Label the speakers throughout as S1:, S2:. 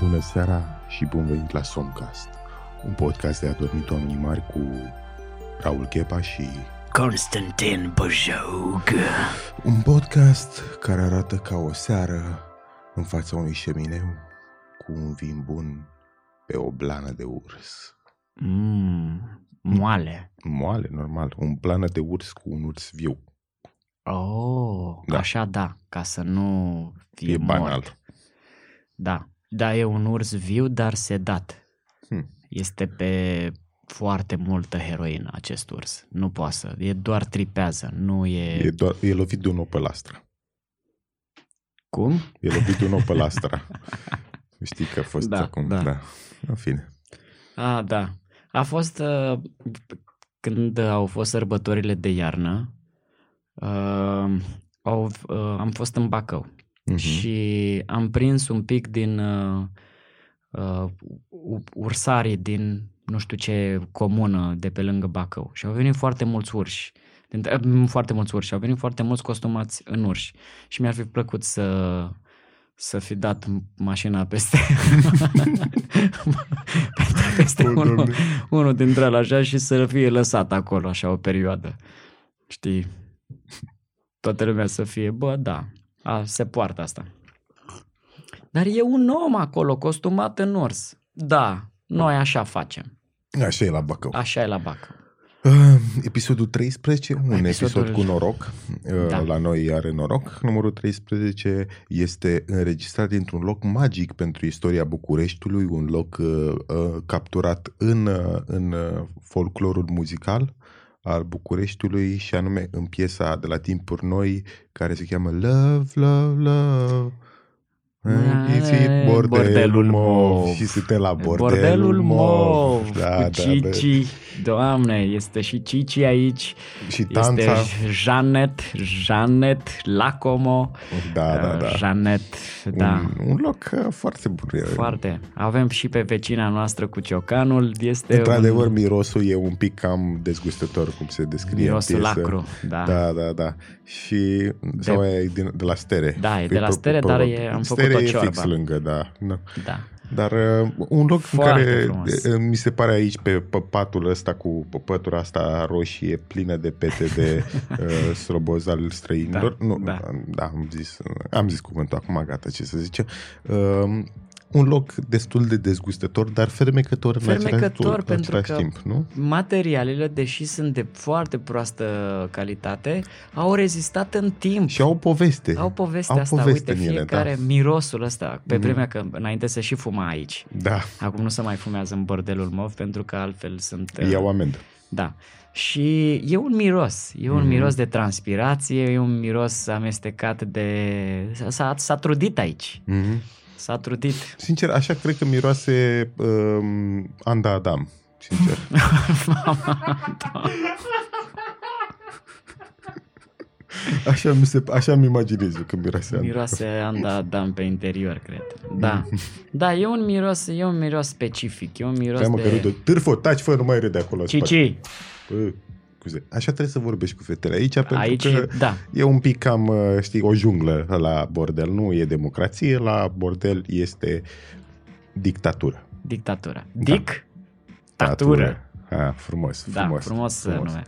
S1: Bună seara și bun venit la Somcast, un podcast de adormit oamenii mari cu Raul Chepa și...
S2: Constantin Băjaug.
S1: Un podcast care arată ca o seară în fața unui șemineu cu un vin bun pe o blană de urs.
S2: Mm, moale.
S1: Moale, normal, un blană de urs cu un urs viu.
S2: Oh,
S1: Da.
S2: da. așa da, ca să nu fie
S1: E
S2: mort.
S1: banal.
S2: Da, da, e un urs viu, dar sedat.
S1: Hmm.
S2: Este pe foarte multă heroină acest urs. Nu poate să, e doar tripează, nu e...
S1: E, doar, e lovit de un nou pe lastra.
S2: Cum?
S1: E lovit de un nou pe lastra. Știi că a fost
S2: Da,
S1: acum, da.
S2: da.
S1: da. În fine.
S2: A, da. A fost uh, când au fost sărbătorile de iarnă, uh, au, uh, am fost în Bacău.
S1: Mhm.
S2: și am prins un pic din uh, uh, u- ursarii din nu știu ce comună de pe lângă Bacău și au venit foarte mulți urși. Dintre- m, foarte mulți urși, au venit foarte mulți costumați în urși și mi-ar fi plăcut să să fi dat mașina peste peste- peste
S1: O,
S2: unul,
S1: Doamne.
S2: unul dintre ele așa și să fie lăsat acolo așa o perioadă. Știi? Toată lumea să fie, bă, da, a, se poartă asta. Dar e un om acolo costumat în urs. Da, noi așa facem.
S1: Așa e la Bacău.
S2: Așa e la Bacău.
S1: Uh, Episodul 13, un Episodul... episod
S2: Episodul-
S1: cu noroc, Uh,
S2: Da.
S1: la noi are noroc. Numărul 13 este înregistrat dintr-un loc magic pentru istoria Bucureștiului, un loc uh, uh, capturat în, uh, în uh, folclorul muzical al Bucureștiului și anume în piesa de la timpuri noi care se cheamă Love, Love, Love. Închisit
S2: Eh,
S1: bordelul, bordelul
S2: bordelul
S1: mov.
S2: mov.
S1: Și suntem la bordelul,
S2: Bordelul mov,
S1: Da,
S2: cu
S1: da, da.
S2: Cici, doamne, este și Cici aici,
S1: Și
S2: este
S1: tanța.
S2: Janet, Janet, Lacomo, Uh,
S1: Da, da, da.
S2: Janet, da.
S1: Un, un loc uh, foarte bun.
S2: Foarte. Avem și pe vecina noastră cu ciocanul, este
S1: Într-adevăr,
S2: um,
S1: mirosul e un pic cam dezgustător, cum se
S2: un
S1: descrie
S2: miros
S1: în piesă.
S2: lacru, da. da.
S1: Da, da, da. Și sau e din, de la stere. Păi
S2: Da, e de la
S1: pro-
S2: Stere, dar
S1: probabil.
S2: e- am
S1: stere
S2: făcut o
S1: e
S2: ciorbă.
S1: fix lângă, da. da.
S2: da.
S1: Dar uh, un loc
S2: Foarte
S1: în care
S2: frumos.
S1: uh, mi se pare aici pe pe patul ăsta cu pătura asta roșie plină de pete de uh, sloboz al străinilor.
S2: Da,
S1: nu,
S2: da.
S1: da, am zis, am zis cuvântul acum, gata, ce să zice. Uh, un loc destul de dezgustător, dar fermecător, în același,
S2: Fermecător,
S1: în
S2: pentru
S1: același
S2: că-
S1: timp, nu?
S2: Materialele, deși sunt de foarte proastă calitate, au rezistat în timp.
S1: Și au o poveste.
S2: Au povestea
S1: Au
S2: asta,
S1: poveste
S2: uite,
S1: în ele,
S2: fiecare
S1: da. Mhm.
S2: mirosul ăsta, pe vremea că înainte se și fuma aici.
S1: Da,
S2: Acum nu se mai fumează în bordelul mov pentru că altfel sunt... uh,
S1: iau amendă.
S2: Da. Și e un miros, e un
S1: Mhm.
S2: miros de transpirație, e un miros amestecat de... S-a, s-a trudit aici,
S1: Mm-hmm.
S2: s-a trudit.
S1: Sincer, așa cred că miroase uh, Anda Adam, sincer. Așa mi se, așa mi imaginez eu că miroase Anda.
S2: Miroase anda adam pe interior, cred. Da.
S1: Mhm.
S2: Da, e un miros, e un miros specific, e un miros
S1: Stai mă, că
S2: de...
S1: râde. Târfă, taci, fă, nu mai râde acolo. în spate.
S2: Cici,
S1: Bă, scuze. Așa trebuie să vorbești cu fetele aici, pentru
S2: aici,
S1: că
S2: da,
S1: e un pic cam, uh, știi, o junglă la bordel. Nu e democrație, la bordel este dictatură.
S2: dictatura.
S1: Da.
S2: Dic? Tatură.
S1: Ah, frumos,
S2: Da,
S1: frumos.
S2: frumos, frumos, frumos. nume.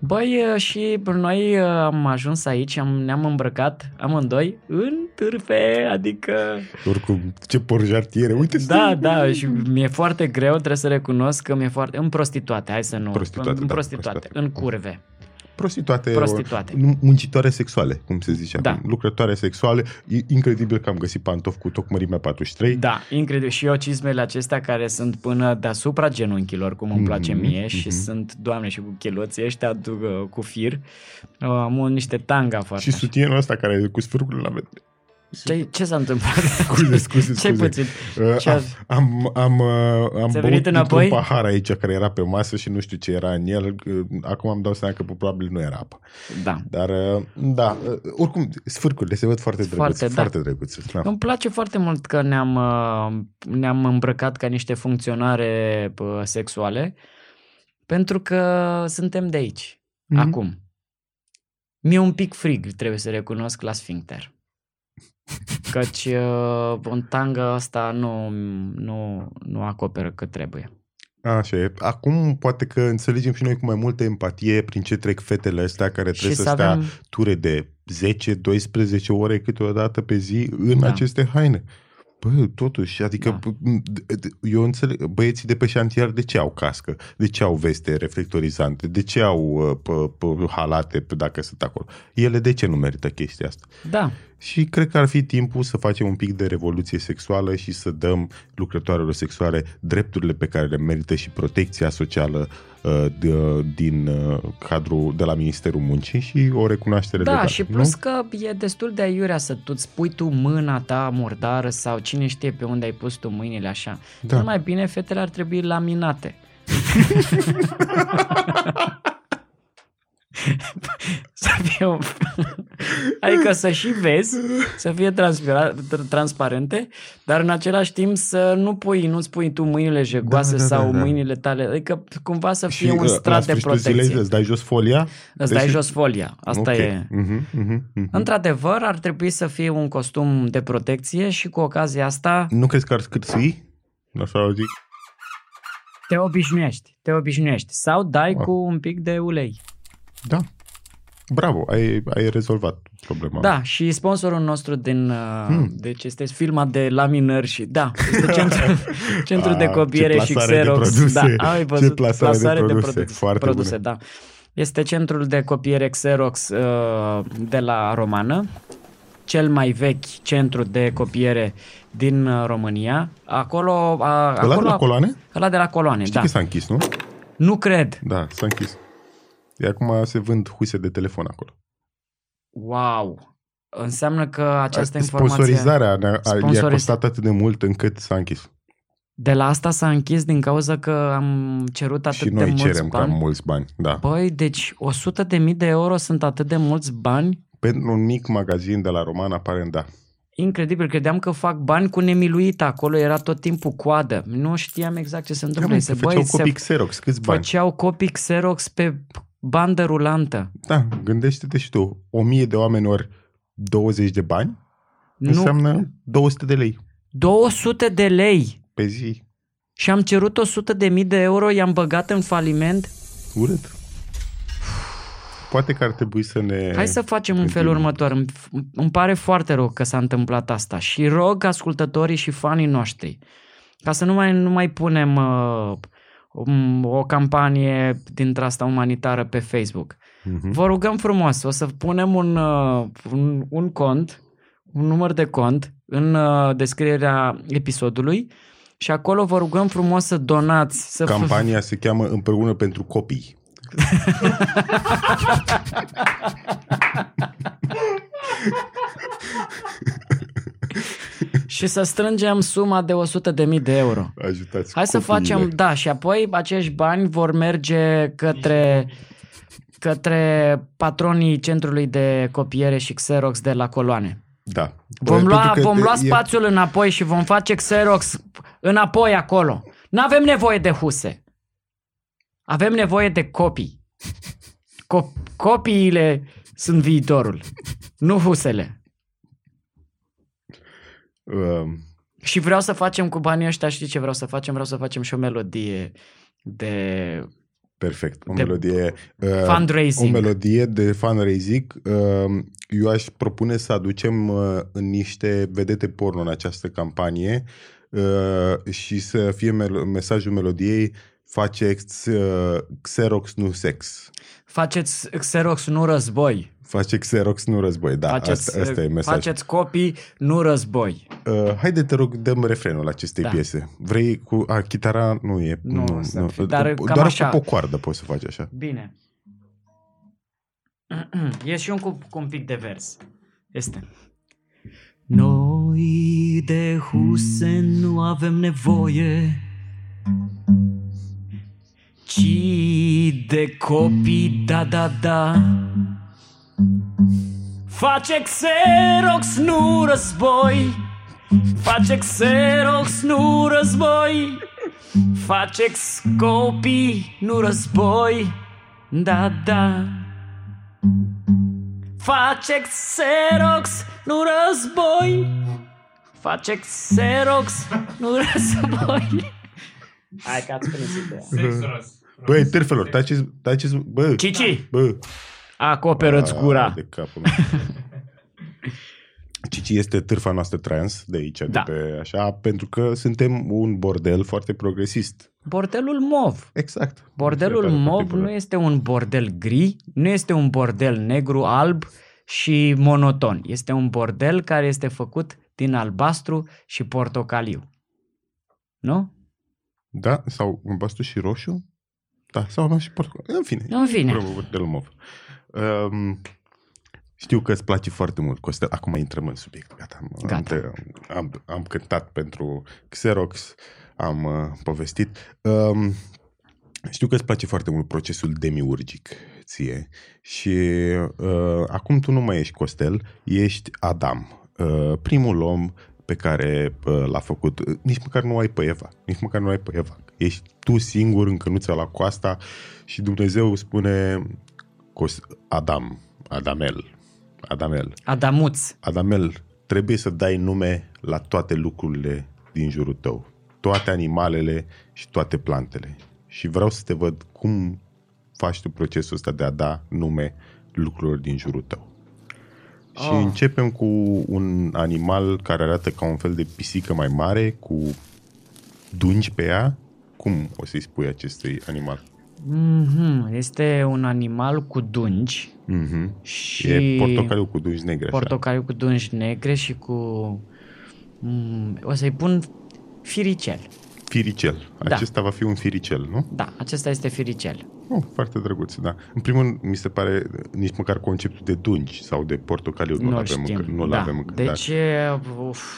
S2: Băi, e, și noi e, am ajuns aici, am, ne-am îmbrăcat amândoi în târfe, adică...
S1: Oricum, ce porjartiere, uite
S2: Da, da, și mi-e foarte greu, trebuie să recunosc că mi-e foarte... În prostituate, hai să nu...
S1: Prostituate,
S2: în, în
S1: da,
S2: prostituate,
S1: prostituate.
S2: în curve,
S1: Prostituate,
S2: prostituate.
S1: o- muncitoare sexuale, cum se zice
S2: Da.
S1: acum. Lucrătoare sexuale. E incredibil că am găsit pantofi cu tot mărimea 43.
S2: Da, incredibil. Și eu cizmele acestea care sunt până deasupra genunchilor, cum îmi
S1: Mhm,
S2: place mie,
S1: mhm.
S2: și sunt, doamne, și cu cheloții ăștia du- cu fir. Uh, Am un- niște tanga foarte...
S1: Și
S2: așa.
S1: sutienul ăsta care e cu sfârcul la vedere.
S2: Ce, ce s-a întâmplat?
S1: Scuze, scuze,
S2: Ce
S1: scuze.
S2: puțin?
S1: Uh,
S2: Ce a-
S1: am, am, uh, am
S2: Ți-a
S1: băut
S2: venit înapoi?
S1: un pahar aici care era pe masă și nu știu ce era în el. Uh, Acum am dau seama că probabil nu era apă.
S2: Da.
S1: Dar, uh, da, uh, oricum, sfârcurile se văd foarte drăguțe. Foarte,
S2: Foarte, da.
S1: foarte drăguțe. Da.
S2: Îmi place foarte mult că ne-am, uh, ne-am îmbrăcat ca niște funcționare uh, sexuale, pentru că suntem de aici,
S1: Mhm.
S2: acum. Mi-e un pic frig, trebuie să recunosc, la sfincter. Căci uh, un tangă asta nu, nu, nu acoperă cât trebuie.
S1: Așa e. Acum poate că înțelegem și noi cu mai multă empatie prin ce trec fetele astea care trebuie să,
S2: să
S1: stea
S2: avem-
S1: ture de 10-12 ore câteodată pe zi în
S2: Da.
S1: aceste haine. Bă, totuși, adică da. eu înțeleg, băieții de pe șantier de ce au cască, de ce au veste reflectorizante, de ce au uh, pă, pă, halate p- dacă sunt acolo. Ele de ce nu merită chestia asta?
S2: Da,
S1: Și cred că ar fi timpul să facem un pic de revoluție sexuală și să dăm lucrătoarelor sexuale drepturile pe care le merită și protecția socială uh, de, din uh, cadrul de la Ministerul Muncii și o recunoaștere
S2: da
S1: legală,
S2: și
S1: nu?
S2: plus că e destul de aiurea să tu îți pui tu mâna ta murdară sau cine știe pe unde ai pus tu mâinile așa.
S1: Da.
S2: Da. Cel mai bine fetele ar trebui laminate. să fie un... adică să și vezi, să fie transpira- tr- transparente, dar în același timp să nu pui, nu-ți pui tu mâinile
S1: da,
S2: jegoase da,
S1: da,
S2: da, sau
S1: da.
S2: mâinile tale, adică cumva să fie
S1: Și,
S2: un
S1: uh, la
S2: strat de
S1: sfârșitul zilei
S2: protecție.
S1: Îți dai jos folia?
S2: Îți dai jos folia, asta
S1: Ok.
S2: e.
S1: Mhm, mhm, mhm.
S2: Mm-hmm. Într-adevăr, ar trebui să fie un costum de protecție și cu ocazia asta
S1: Nu crezi că ar scârții? Așa o zic.
S2: te obișnuiești, te obișnuiești. Sau dai
S1: Wow.
S2: cu un pic de ulei.
S1: Da. Bravo, ai, ai rezolvat problema.
S2: Da, și sponsorul nostru din... Hmm. Deci este firma de laminări și... Da, este centru, centru de
S1: Ah,
S2: copiere
S1: ce
S2: și
S1: plasare de
S2: Xerox.
S1: produse.
S2: Da, ai
S1: Ce
S2: văzut,
S1: plasare de produse, foarte
S2: produse
S1: bună.
S2: da. Este centrul de copiere Xerox uh, de la Romană, cel mai vechi centru de copiere din uh, România. Acolo... A,
S1: Ăla de
S2: acolo
S1: la coloane?
S2: Ăla de la coloane,
S1: Știi
S2: da.
S1: că s-a închis, nu?
S2: Nu cred.
S1: Da, s-a închis. E acum se vând huse de telefon acolo.
S2: Wow. Înseamnă că această informație...
S1: Adică Sponsorizarea ne-a, a- i-a
S2: Sponsoriz-
S1: costat atât de mult încât s-a închis.
S2: De la asta s-a închis din cauza că am cerut atât
S1: și noi
S2: de mulți
S1: cerem
S2: bani.
S1: cam mulți bani. Da.
S2: Băi, deci 100 de mii de euro sunt atât de mulți bani.
S1: Pentru un mic magazin de la Roman aparent, da.
S2: Incredibil, credeam că fac bani cu nemiluit acolo, era tot timpul coadă. Nu știam exact ce se
S1: Da,
S2: întâmplă.
S1: mă,
S2: Se,
S1: se făceau
S2: băi,
S1: copii
S2: se
S1: Xerox, câți bani?
S2: făceau copii Xerox pe bandă rulantă.
S1: Da, gândește-te și tu. O mie de oameni ori 20 de bani nu. înseamnă 200 de lei
S2: 200 de lei
S1: pe zi.
S2: și am cerut 100 de mii de euro, i-am băgat în faliment.
S1: Urât. Poate că ar trebui să ne...
S2: Hai să facem în felul
S1: gândim.
S2: următor. Îmi, îmi pare foarte rău că s-a întâmplat asta și rog ascultătorii și fanii noștri ca să nu mai, nu mai punem uh, um, o campanie dintre asta umanitară pe Facebook.
S1: Mhm.
S2: Vă rugăm frumos, o să punem un, uh, un, un cont, un număr de cont în uh, descrierea episodului și acolo vă rugăm frumos să donați, să f-
S1: Campania se cheamă Împreună pentru copii.
S2: și să strângem suma de 100.000 de euro.
S1: Ajutați
S2: Hai să
S1: copiile.
S2: facem, da, și apoi acești bani vor merge către către patronii centrului de copiere și Xerox de la coloane.
S1: Da.
S2: Vom
S1: Pentru
S2: lua,
S1: că
S2: vom
S1: te-
S2: lua
S1: e-
S2: spațiul înapoi și vom face Xerox înapoi acolo. Nu avem nevoie de huse. Avem nevoie de copii. Cop- copiile sunt viitorul, nu husele.
S1: Um,
S2: Și vreau să facem cu banii ăștia, știi ce vreau să facem? Vreau să facem și o melodie de
S1: Perfect. O
S2: De-
S1: melodie... uh, o
S2: fundraising.
S1: melodie de fundraising. Uh, Eu aș propune să aducem uh, niște vedete porno în această campanie uh, și să fie mel- mesajul melodiei face ex- uh, Xerox nu sex.
S2: Faceți Xerox, nu război.
S1: Face Xerox nu război. Da,
S2: faceți, eh,
S1: asta, asta e mesajul.
S2: faceți copii, nu război.
S1: Uh, haide te rog, dăm refrenul acestei da.
S2: Da,
S1: piese. Vrei cu... A, chitara nu e...
S2: Nu, să fie, dar
S1: Dar
S2: cam
S1: doar
S2: așa.
S1: cu pocoardă poți să faci așa.
S2: Bine. E și un cu, cu un pic de vers. Este. Noi de huse nu avem nevoie, ci de copii, da, da, da. Face Xerox, nu război, face Xerox, nu război. Faceți copii, nu război Da, da Face Xerox, nu război Face Xerox, nu război Hai că ați prins ideea.
S3: Sexos.
S1: Băi, terfelor, taceți, taceți, bă,
S2: Cici,
S1: bă.
S2: acoperă-ți
S1: A,
S2: gura
S1: Ah, De capul meu. Cici este târfa noastră trans de aici,
S2: Da.
S1: de pe așa, pentru că suntem un bordel foarte progresist.
S2: Bordelul mov
S1: Exact.
S2: Bordelul mov nu este un bordel gri, nu este un bordel negru, alb și monoton. Este un bordel care este făcut din albastru și portocaliu. Nu?
S1: Da? Sau un bastu și roșu? Da, sau am și portocal. În fine.
S2: În fine.
S1: Bravo, bordelul mov. Um, știu că îți place foarte mult, Costel. Acum intrăm în subiect. Gata. Am, am
S2: Gata.
S1: te- Am, am cântat pentru Xerox, am uh, povestit. Um, știu că îți place foarte mult procesul demiurgic ție și uh, acum tu nu mai ești Costel, ești Adam, uh, primul om pe care uh, l-a făcut, uh, nici măcar nu ai pe Eva, nici măcar nu ai pe Eva. Ești tu singur în cănuța la coasta și Dumnezeu spune Cos- Adam, Adamel, Adamel,
S2: Adamuț.
S1: Adamel, trebuie să dai nume la toate lucrurile din jurul tău. Toate animalele și toate plantele. Și vreau să te văd cum faci tu procesul ăsta de a da nume lucrurilor din jurul tău. Și
S2: Oh.
S1: începem cu un animal care arată ca un fel de pisică mai mare, cu dungi pe ea. Cum o să-i spui acestui animal?
S2: Mhm, Este un animal cu dungi
S1: Mm-hmm.
S2: Mhm. și
S1: E portocaliu cu dungi negre, așa.
S2: portocaliu cu dungi negre și cu... Mm, O să-i pun firicel.
S1: Firicel.
S2: Da.
S1: Acesta va fi un firicel, nu?
S2: Da, acesta este firicel.
S1: Oh, foarte drăguț, da. În primul rând, mi se pare nici măcar conceptul de dungi sau de portocaliu nu-l
S2: Nu
S1: avem
S2: știm.
S1: încă. Nu-l
S2: da.
S1: avem încă
S2: Deci,
S1: da.
S2: e, uf.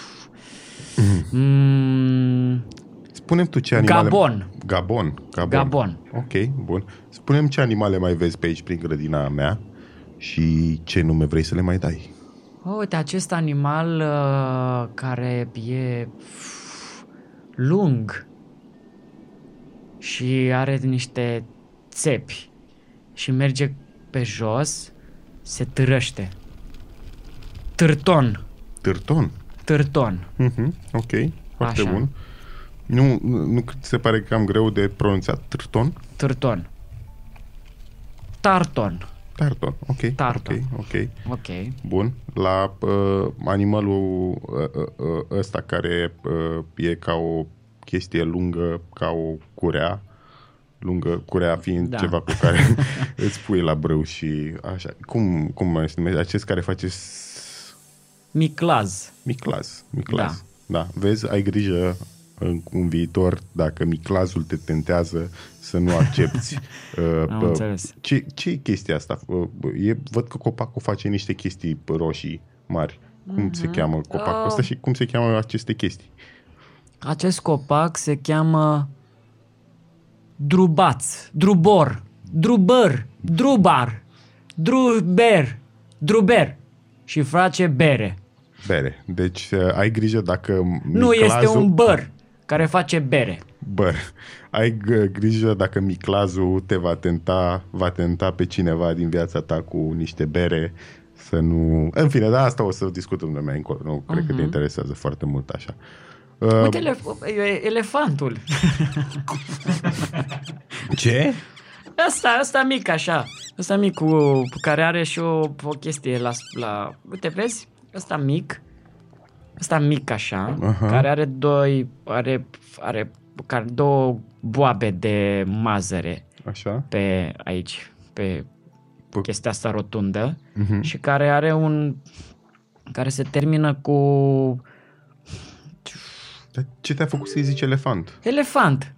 S2: Mm,
S1: Spune-mi tu ce animale...
S2: Gabon.
S1: Gabon. Gabon.
S2: Gabon.
S1: Ok, bun. Spune-mi ce animale mai vezi pe aici prin grădina mea și ce nume vrei să le mai dai.
S2: Oh, uite, acest animal uh, care e uf, lung și are niște țepi și merge pe jos, se târăște. Târton,
S1: Târton.
S2: târton.
S1: Mhm, ok, foarte
S2: Așa.
S1: bun. Nu, nu, nu ți se pare că am greu de pronunțat? Târton?
S2: Târton. Tarton.
S1: Tarton, ok.
S2: Tarton.
S1: Ok, ok.
S2: Ok.
S1: Bun, la uh, animalul uh, uh, uh, ăsta care uh, e ca o chestie lungă, ca o curea, lungă, curea fiind
S2: Da.
S1: da. ceva cu care îți pui la brâu și așa. Cum, cum mai se numește? Acest care face s-
S2: Miclaz.
S1: miclaz. Miclaz. Da. da. Vezi, ai grijă în, în viitor, dacă miclazul te tentează, să nu accepti. uh,
S2: Am
S1: pă-
S2: înțeles.
S1: ce, ce e chestia asta? Uh, E, văd că copacul face niște chestii roșii mari. Cum se cheamă copacul
S2: Ah.
S1: ăsta și cum se cheamă aceste chestii?
S2: Acest copac se cheamă drubaț, drubor, drubăr, drubar, druber, druber și face bere.
S1: Bere. Deci uh, ai grijă dacă
S2: Nu
S1: miclazul...
S2: este un băr care face bere.
S1: Băr. Ai g- grijă dacă miclazul te va tenta, va tenta pe cineva din viața ta cu niște bere să nu... În fine, da, asta o să discutăm de mai încolo. Nu cred că te interesează foarte mult așa. Uh,
S2: Mhm. Uite elef- e- elefantul.
S1: ce?
S2: Asta, asta mic așa. Asta mic cu, care are și o, o chestie la, la... Uite, vezi? Asta mic. Asta mic așa,
S1: Aha.
S2: care are doi are are care două boabe de mazăre
S1: Așa?
S2: pe aici, pe
S1: Pe-
S2: chestia asta rotundă
S1: Mhm.
S2: și care are un care se termină cu
S1: Dar ce te-a făcut să-i zici elefant?
S2: elefant.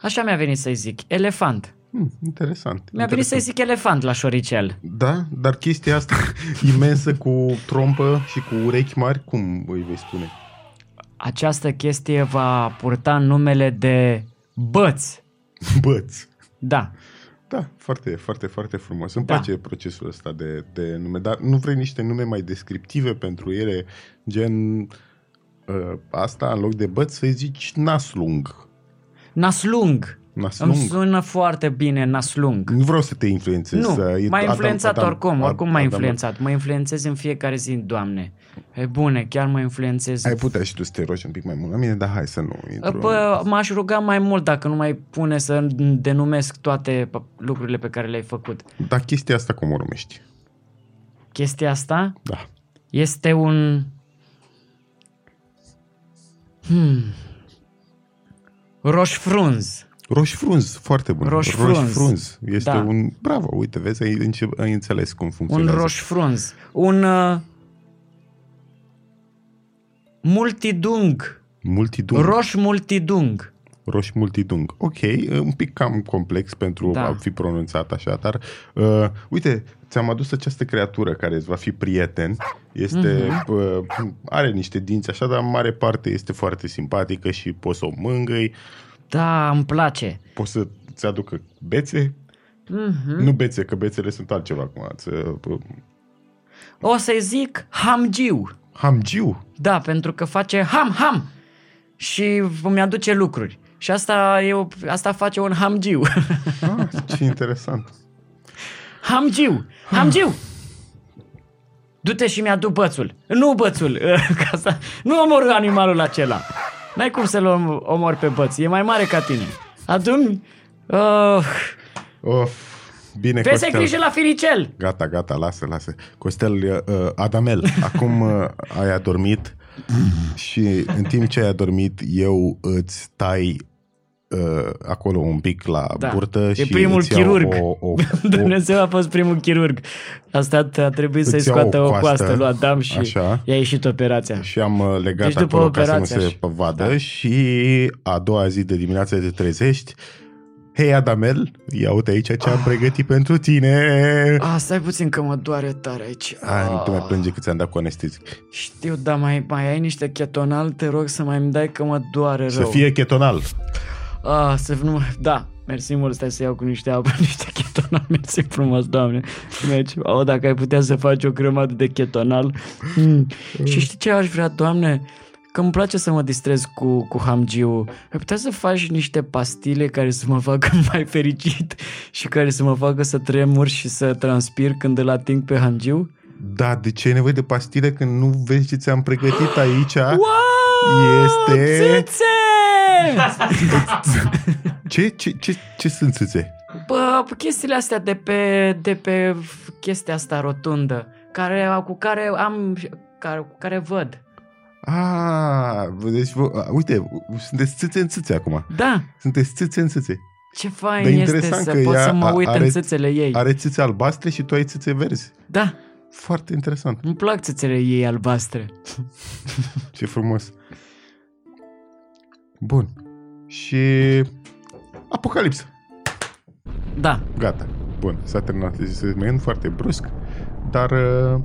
S2: Așa mi-a venit să-i zic, elefant.
S1: Hmm, interesant.
S2: Mi-a venit să-i
S1: interesant.
S2: zic elefant la șoricel.
S1: Da, dar chestia asta imensă cu trompă și cu urechi mari, cum îi vei spune?
S2: Această chestie va purta numele de băț.
S1: Băț.
S2: Da.
S1: Da, foarte, foarte, foarte frumos. Îmi
S2: Da.
S1: place procesul ăsta de, de nume, dar nu vrei niște nume mai descriptive pentru ele, gen uh, asta, în loc de băț, să-i zici naslung.
S2: Naslung.
S1: Naslung.
S2: Îmi sună foarte bine naslung.
S1: Nu vreau să te influențez.
S2: Nu,
S1: să-
S2: m-a
S1: Adam-
S2: influențat
S1: Adam-
S2: oricum, oricum m-a
S1: Adam-
S2: influențat. Mă influențez în fiecare zi, Doamne. E bune, chiar mă influențez. Ă,
S1: Ai putea și tu să te rogi un pic mai mult la mine, dar hai să nu intru.
S2: Bă, m-aș ruga mai mult dacă nu mai pune să denumesc toate p- lucrurile pe care le-ai făcut.
S1: Dar chestia asta cum o numești?
S2: Chestia asta
S1: Da.
S2: este un... Hmm. Roșfrunz.
S1: Roșfrunz, foarte bun.
S2: Roșfrunz.
S1: Roșfrunz. Este
S2: Da.
S1: un... Bravo, uite, vezi, ai, înce- ai înțeles cum
S2: Un
S1: funcționează.
S2: roșfrunz. Un... Uh... Multidung.
S1: Multidung. Ro-
S2: Roș multidung.
S1: roș multidung. Ok, un pic cam complex pentru
S2: Da.
S1: da. a fi pronunțat așa, dar uh, uite, ți-am adus această creatură care îți va fi prieten. Este, mm-hmm.
S2: Mhm.
S1: uh, are niște dinți așa, dar în mare parte este foarte simpatică și poți să o mângâi,
S2: Da, îmi place.
S1: poți să-ți aducă bețe.
S2: Mhm.
S1: Nu bețe, că bețele sunt altceva acum. uh, Ți-
S2: O să-i zic hamgiu.
S1: Hamgiu.
S2: Da, pentru că face ham-ham și îmi aduce lucruri. Și asta, e o, asta face un hamgiu.
S1: Ah, ce interesant.
S2: hamgiu! Hamgiu! Du-te și mi-adu bățul. Nu bățul! Ca asta. Nu omor animalul acela. N-ai cum să-l om- omori pe băț. E mai mare ca tine. Adu-mi... Uh,
S1: Of, bine,
S2: vei să
S1: Costel.
S2: grijă la firicel!
S1: Gata, gata, lasă, lasă. Costel, uh, uh, Adamel, acum uh, ai adormit și în timp ce ai adormit, eu îți tai uh, acolo un pic la
S2: Da,
S1: burtă
S2: e
S1: și
S2: primul
S1: îți iau
S2: chirurg.
S1: O, o, o,
S2: Dumnezeu a fost primul chirurg. Asta a trebuit să-i
S1: Îți iau
S2: scoată
S1: o
S2: o
S1: coastă,
S2: coastă lui Adam și
S1: așa.
S2: i-a ieșit operația.
S1: și am uh, legat
S2: Deci
S1: deci
S2: după
S1: acolo ca să nu
S2: operație
S1: se
S2: așa.
S1: vadă da. și a doua zi de dimineață te trezești. Hei, Adamel, ia uite aici ce am pregătit pentru tine.
S2: A, stai puțin că mă doare tare aici.
S1: Ah, nu te mai
S2: Ah,
S1: plânge că ți-am dat cu anestezic.
S2: Știu, dar mai, mai ai niște chetonal, te rog să mai îmi dai că mă doare
S1: Să
S2: rău.
S1: fie chetonal.
S2: A, să nu... Da, mersi mult, stai să iau cu niște apă, niște chetonal, mersi frumos, doamne. Mergi. O, dacă ai putea să faci o grămadă de chetonal. Mm. Și știi ce aș vrea, doamne? Că îmi place să mă distrez cu, cu hamgiu. Ai putea să faci niște pastile care să mă facă mai fericit și care să mă facă să tremur și să transpir când îl ating pe hamgiu?
S1: Da, de ce e nevoie de pastile când nu vezi ce ți-am pregătit aici?
S2: Wow!
S1: Este-
S2: Țâțe!
S1: Ce, ce, ce, ce sunt țâțe?
S2: Bă, chestiile astea de pe, de pe chestia asta rotundă, care, cu care am, care, cu care văd.
S1: Ah, deci, vă, uite, sunteți țâțe în țâțe acum.
S2: Da,
S1: Sunteți țâțe în țâțe.
S2: ce
S1: Dar
S2: fain este
S1: interesant
S2: să
S1: că
S2: pot
S1: ea
S2: să mă
S1: a-
S2: uit
S1: are-
S2: în țâțele ei.
S1: Are țâțe albastre și tu ai țâțe verzi.
S2: Da,
S1: Foarte interesant.
S2: îmi plac țâțele ei albastre.
S1: Ce frumos. Bun. Și... Apocalipsă.
S2: Da,
S1: Gata. Bun, s-a terminat Deci segmentul foarte brusc, dar uh,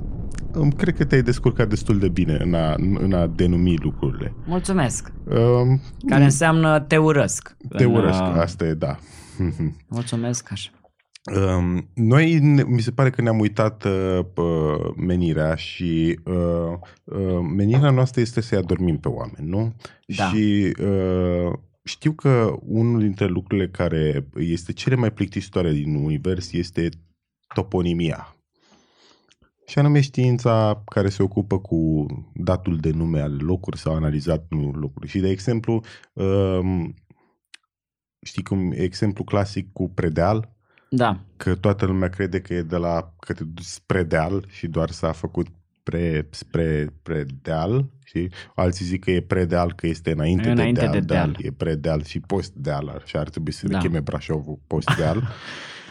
S1: îmi cred că te-ai descurcat destul de bine în a, în a denumi lucrurile.
S2: mulțumesc.
S1: Um,
S2: Care înseamnă te urăsc.
S1: Te
S2: În,
S1: urăsc,
S2: uh,
S1: asta e, da.
S2: Mulțumesc, așa.
S1: Um, noi, ne, mi se pare că ne-am uitat uh, pă- menirea și uh, uh, menirea noastră este să-i adormim pe oameni, nu?
S2: Da.
S1: Și uh, știu că unul dintre lucrurile care este cele mai plictisitoare din univers este toponimia. Și anume știința care se ocupă cu datul de nume al locuri sau analizat numerul locuri. Și de exemplu, um, știi cum e exemplu clasic cu predeal?
S2: Da,
S1: că toată lumea crede că e de la că te duci spre deal și doar s-a făcut pre, spre predeal și alții zic că e predeal că este înainte,
S2: Înainte
S1: de, deal,
S2: de deal.
S1: E predeal și postdeal și ar trebui să le
S2: Da.
S1: cheme Brașovul postdeal.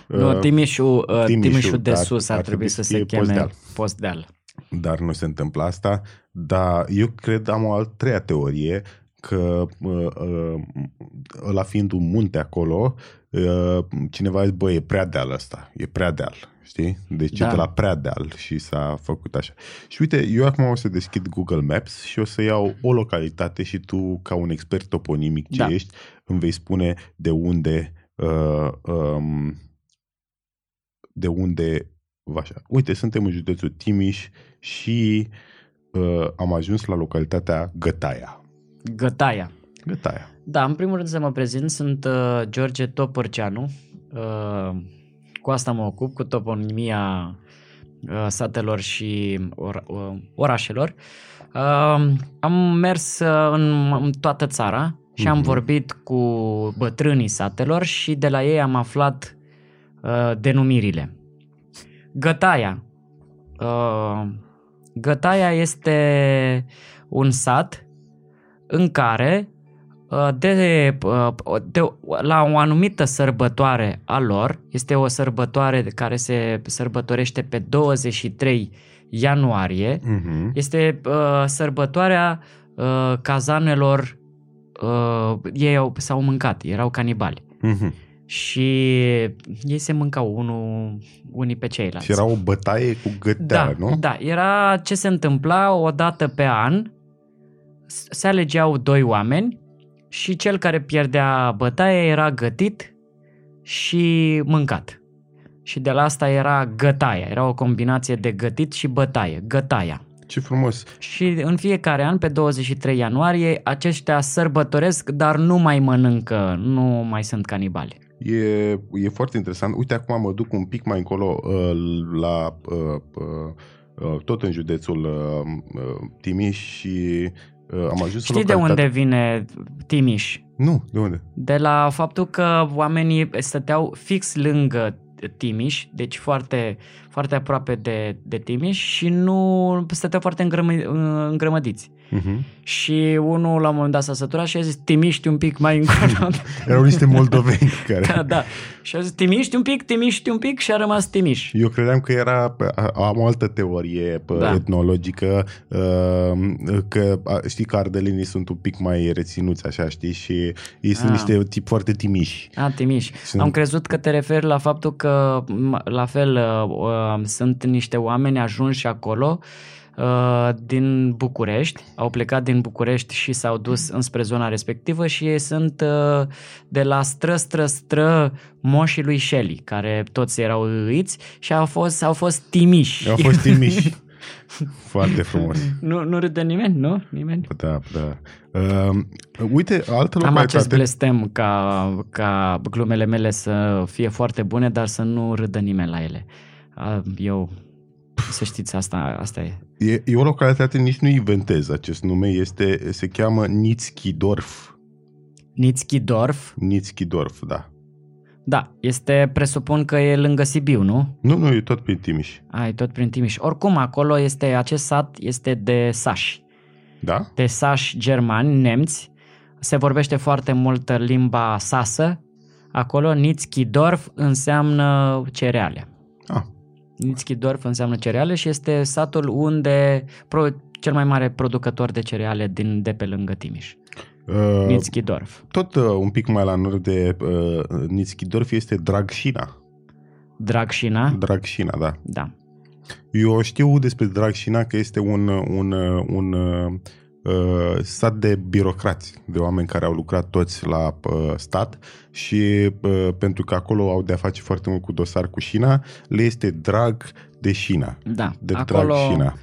S2: nu,
S1: Uh,
S2: Timișul, uh,
S1: Timișul, da,
S2: Timișul de
S1: dar
S2: sus ar trebui să se
S1: fie
S2: cheme
S1: Postdeal.
S2: Postdeal.
S1: dar nu se întâmplă asta. Dar eu cred, am o al treia teorie, că uh, uh, ăla fiind un munte acolo, uh, cineva zice, bă, e prea deal ăsta, e prea deal, știi? Deci
S2: Da.
S1: e de la prea deal și s-a făcut așa. Și uite, eu acum o să deschid Google Maps și o să iau o localitate și tu, ca un expert toponimic ce
S2: Da.
S1: da. ești, îmi vei spune de unde uh, um, de unde așa. Uite, suntem în județul Timiș și uh, am ajuns la localitatea Gătaia.
S2: Gătaia.
S1: Gata aia.
S2: Da, în primul rând să mă prezint, sunt uh, George Topărceanu. Uh, cu asta mă ocup, cu toponimia uh, satelor și or, uh, orașelor. Uh, am mers uh, în, în toată țara și am
S1: Mhm.
S2: vorbit cu bătrânii satelor și de la ei am aflat uh, denumirile. Gătaia. Uh, Gătaia este un sat în care uh, de, uh, de, la o anumită sărbătoare a lor, este o sărbătoare care se sărbătorește pe 23 ianuarie,
S1: Mm-hmm.
S2: este uh, sărbătoarea uh, cazanelor, uh, ei au, s-au mâncat, erau canibali
S1: Mm-hmm.
S2: și ei se mâncau unul, unii pe ceilalți.
S1: Și era o bătaie cu gătea,
S2: da,
S1: nu?
S2: Da, era ce se întâmpla o dată pe an, s- se alegeau doi oameni și cel care pierdea bătaia era gătit și mâncat. Și de la asta era gătaia, era o combinație de gătit și bătaie, gătaia.
S1: Ce frumos.
S2: Și în fiecare an, pe 23 ianuarie, aceștia sărbătoresc, dar nu mai mănâncă, nu mai sunt canibali.
S1: E, e foarte interesant. Uite, acum mă duc un pic mai încolo uh, la uh, uh, uh, tot în județul uh, uh, Timiș și uh, am ajuns
S2: Știi
S1: în
S2: de
S1: localitate-
S2: unde vine Timiș?
S1: Nu, de unde?
S2: De la faptul că oamenii stăteau fix lângă Timiș, deci foarte, foarte aproape de, de Timiș și nu stăteau foarte îngrămă- îngrămădiți.
S1: Uh-huh.
S2: Și unul la un moment dat s-a săturat și a zis Timiști un pic mai încolo.
S1: Erau niște moldoveni care...
S2: da, da. Și a zis Timiști un pic, Timiști un pic și a rămas Timiș.
S1: Eu credeam că era, a- am o altă teorie pă,
S2: Da.
S1: etnologică, uh, că a, știi că ardelenii sunt un pic mai reținuți așa, știi, și ei sunt
S2: Ah.
S1: niște tip foarte timiși.
S2: A, Timiș.
S1: Sunt-
S2: Am crezut că te referi la faptul că, m- la fel, uh, uh, sunt niște oameni ajunși acolo uh, din București, au plecat din București și s-au dus înspre zona respectivă și ei sunt uh, de la stră, stră, stră moșii lui Shelley, care toți erau îiți și au fost, au fost timiși.
S1: Au fost timiși. foarte frumos.
S2: nu, nu râde nimeni, nu? Nimeni?
S1: Da, da. Uh, uite, altă
S2: Am acest
S1: localitate.
S2: blestem ca, ca glumele mele să fie foarte bune, dar să nu râdă nimeni la ele. A, Eu, să știți, asta, asta e.
S1: E, e o localitate, nici nu inventez acest nume, este, se cheamă Nitzkidorf.
S2: Nitzchidorf,
S1: Nitzkidorf, da.
S2: da, este, presupun că e lângă Sibiu, nu?
S1: Nu, nu, e tot prin Timiș.
S2: Ai tot prin Timiș. Oricum, acolo este, acest sat este de sași.
S1: Da?
S2: de sași germani, nemți. Se vorbește foarte mult limba sasă. Acolo Nitzkidorf înseamnă cereale.
S1: Ah.
S2: Nitzkidorf înseamnă cereale și este satul unde pro, cel mai mare producător de cereale din de pe lângă Timiș.
S1: Uh,
S2: Nitzkidorf.
S1: Tot uh, un pic mai la nord de uh, Nitzchidorf este Dragșina.
S2: Dragșina?
S1: Dragșina, da.
S2: Da.
S1: Eu știu despre Dragșina că este un, un, un uh, uh, sat de birocrați, de oameni care au lucrat toți la uh, stat și uh, pentru că acolo au de-a face foarte mult cu dosar cu șina, le este drag de șina.
S2: Da.
S1: De Dragșina.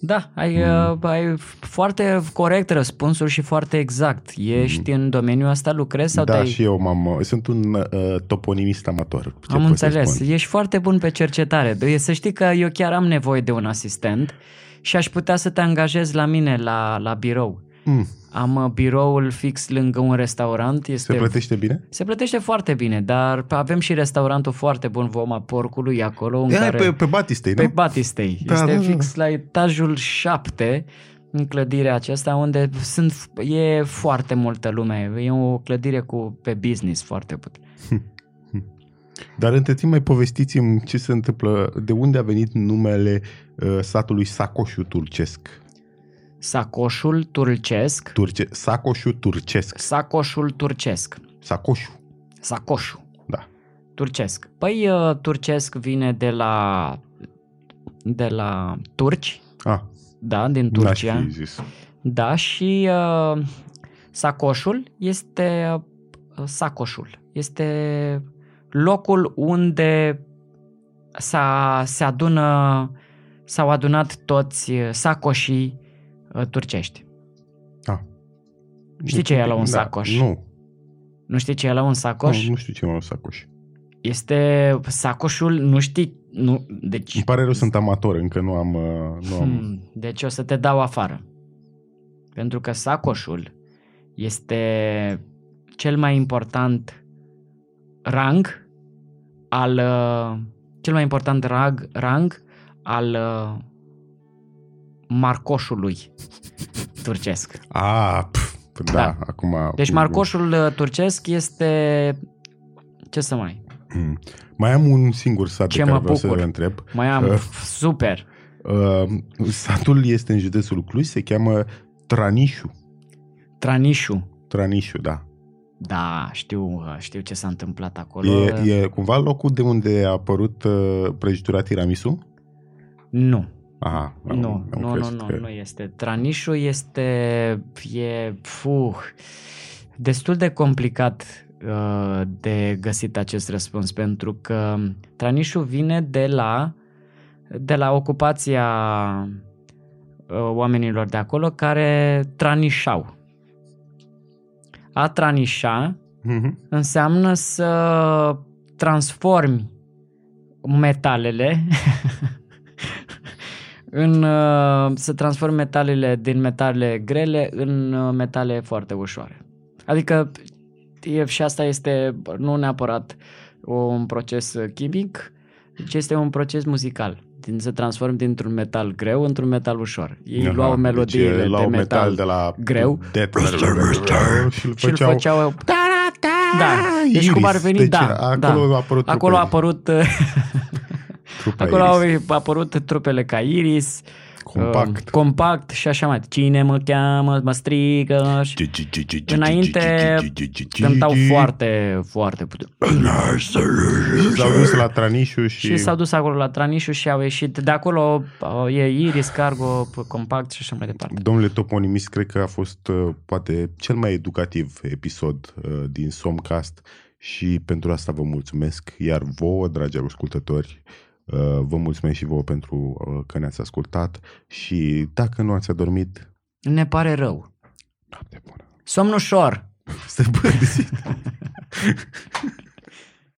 S2: Da, ai,
S1: Mm.
S2: mm. ai foarte corect răspunsul și foarte exact. Ești mm. în domeniul ăsta, lucrezi sau
S1: Hmm. Da,
S2: te-ai...
S1: și eu m-am, sunt un uh, toponimist amator. ce
S2: am
S1: pot să
S2: înțeles.
S1: spun.
S2: Ești foarte bun pe cercetare. De- Să știi că eu chiar am nevoie de un asistent și aș putea să te angajez la mine la, la birou.
S1: Mm,
S2: Am uh, biroul fix lângă un restaurant. Este...
S1: se plătește bine?
S2: se plătește foarte bine, dar avem și restaurantul foarte bun, Voma Porcului, acolo. În
S1: E,
S2: care...
S1: Pe, pe Batistei,
S2: Pe
S1: nu?
S2: Batistei.
S1: Da,
S2: Da, este
S1: da,
S2: da,
S1: da.
S2: fix la etajul 7 în clădirea aceasta unde sunt, e foarte multă lume. E o clădire cu pe business foarte puternic.
S1: Dar între timp mai povestiți-mi ce se întâmplă, de unde a venit numele uh, satului Sacoșul Turcesc.
S2: Sacoșul turcesc.
S1: Turce, Sacoșul Turcesc.
S2: Sacoșul turcesc.
S1: Sacoșul.
S2: Sacoșul.
S1: Da.
S2: Turcesc. Păi uh, turcesc vine de la de la turci,
S1: Ah,
S2: da, din
S1: n-aș
S2: Turcia.
S1: fi zis.
S2: Da, și uh, sacoșul este uh, sacoșul. Este locul unde s-a, se adună, s-au adunat toți uh, sacoșii uh, turcești.
S1: Ah.
S2: Știi ce e la un sacoș?
S1: Nu.
S2: Nu știi ce e la un sacoș?
S1: Nu, nu știu ce e la un sacoș.
S2: Este sacoșul, nu știi, nu, deci,
S1: Îmi pare rău, sunt amator, încă nu am... uh, Nu am...
S2: hmm, deci o să te dau afară. Pentru că sacoșul este cel mai important rang al uh, cel mai important rag, rang al uh, marcoșului turcesc.
S1: A, pf, da,
S2: Da.
S1: acum...
S2: Deci marcoșul uh, turcesc este ce să mai
S1: Mm. Mai am un singur sat
S2: Ce
S1: de care
S2: mă
S1: vreau să
S2: bucur.
S1: le întreb.
S2: Mai am,
S1: Uh.
S2: super.
S1: Uh, satul este în județul Cluj, se cheamă Tranișu.
S2: Tranișu.
S1: Tranișu, da.
S2: Da, știu, uh, știu ce s-a întâmplat acolo.
S1: E, e cumva locul de unde a apărut uh, prăjitura tiramisu?
S2: Nu,
S1: Aha, am-
S2: nu,
S1: am
S2: nu, nu,
S1: crezut
S2: nu,
S1: că-
S2: nu este. Tranișul este, e, fuh, destul de complicat uh, de găsit acest răspuns, pentru că Tranișul vine de la, de la ocupația uh, oamenilor de acolo care tranișau. A tranișa
S1: Mhm.
S2: înseamnă să transformi metalele în uh, să transformi metalele din metale grele în uh, metale foarte ușoare. Adică e, și asta este nu neapărat un proces chimic, ci este un proces muzical. Din să transformi dintr-un metal greu într-un metal ușor. Ei
S1: Aha,
S2: luau
S1: deci,
S2: melodiile
S1: uh,
S2: de
S1: luau
S2: metal,
S1: de la
S2: greu.
S1: Death metal și îl
S2: și îl
S1: făceau...
S2: făceau Da, deci
S1: Iris.
S2: cum ar veni,
S1: deci
S2: da,
S1: acolo
S2: da.
S1: a apărut
S2: Acolo a
S1: trupa
S2: apărut
S1: trupa
S2: Acolo au
S1: Iris.
S2: apărut trupele ca Iris,
S1: Compact.
S2: uh, compact și așa mai. Cine mă cheamă, mă strigă. Și... Înainte Cântau foarte, foarte puternic.
S1: S-au dus la Tranișu și...
S2: Și s-au dus acolo la Tranișu și au ieșit. De acolo uh, e Iris, Cargo, p- Compact și așa mai departe.
S1: Domnule Toponimist, cred că a fost uh, poate cel mai educativ episod uh, din Somcast și pentru asta vă mulțumesc. Iar vouă, dragi ascultători, uh, vă mulțumesc și vouă pentru uh, că ne-ați ascultat și dacă nu ați adormit,
S2: Ne pare rău.
S1: noapte bună.
S2: Somn ușor!
S1: Să bădăsit.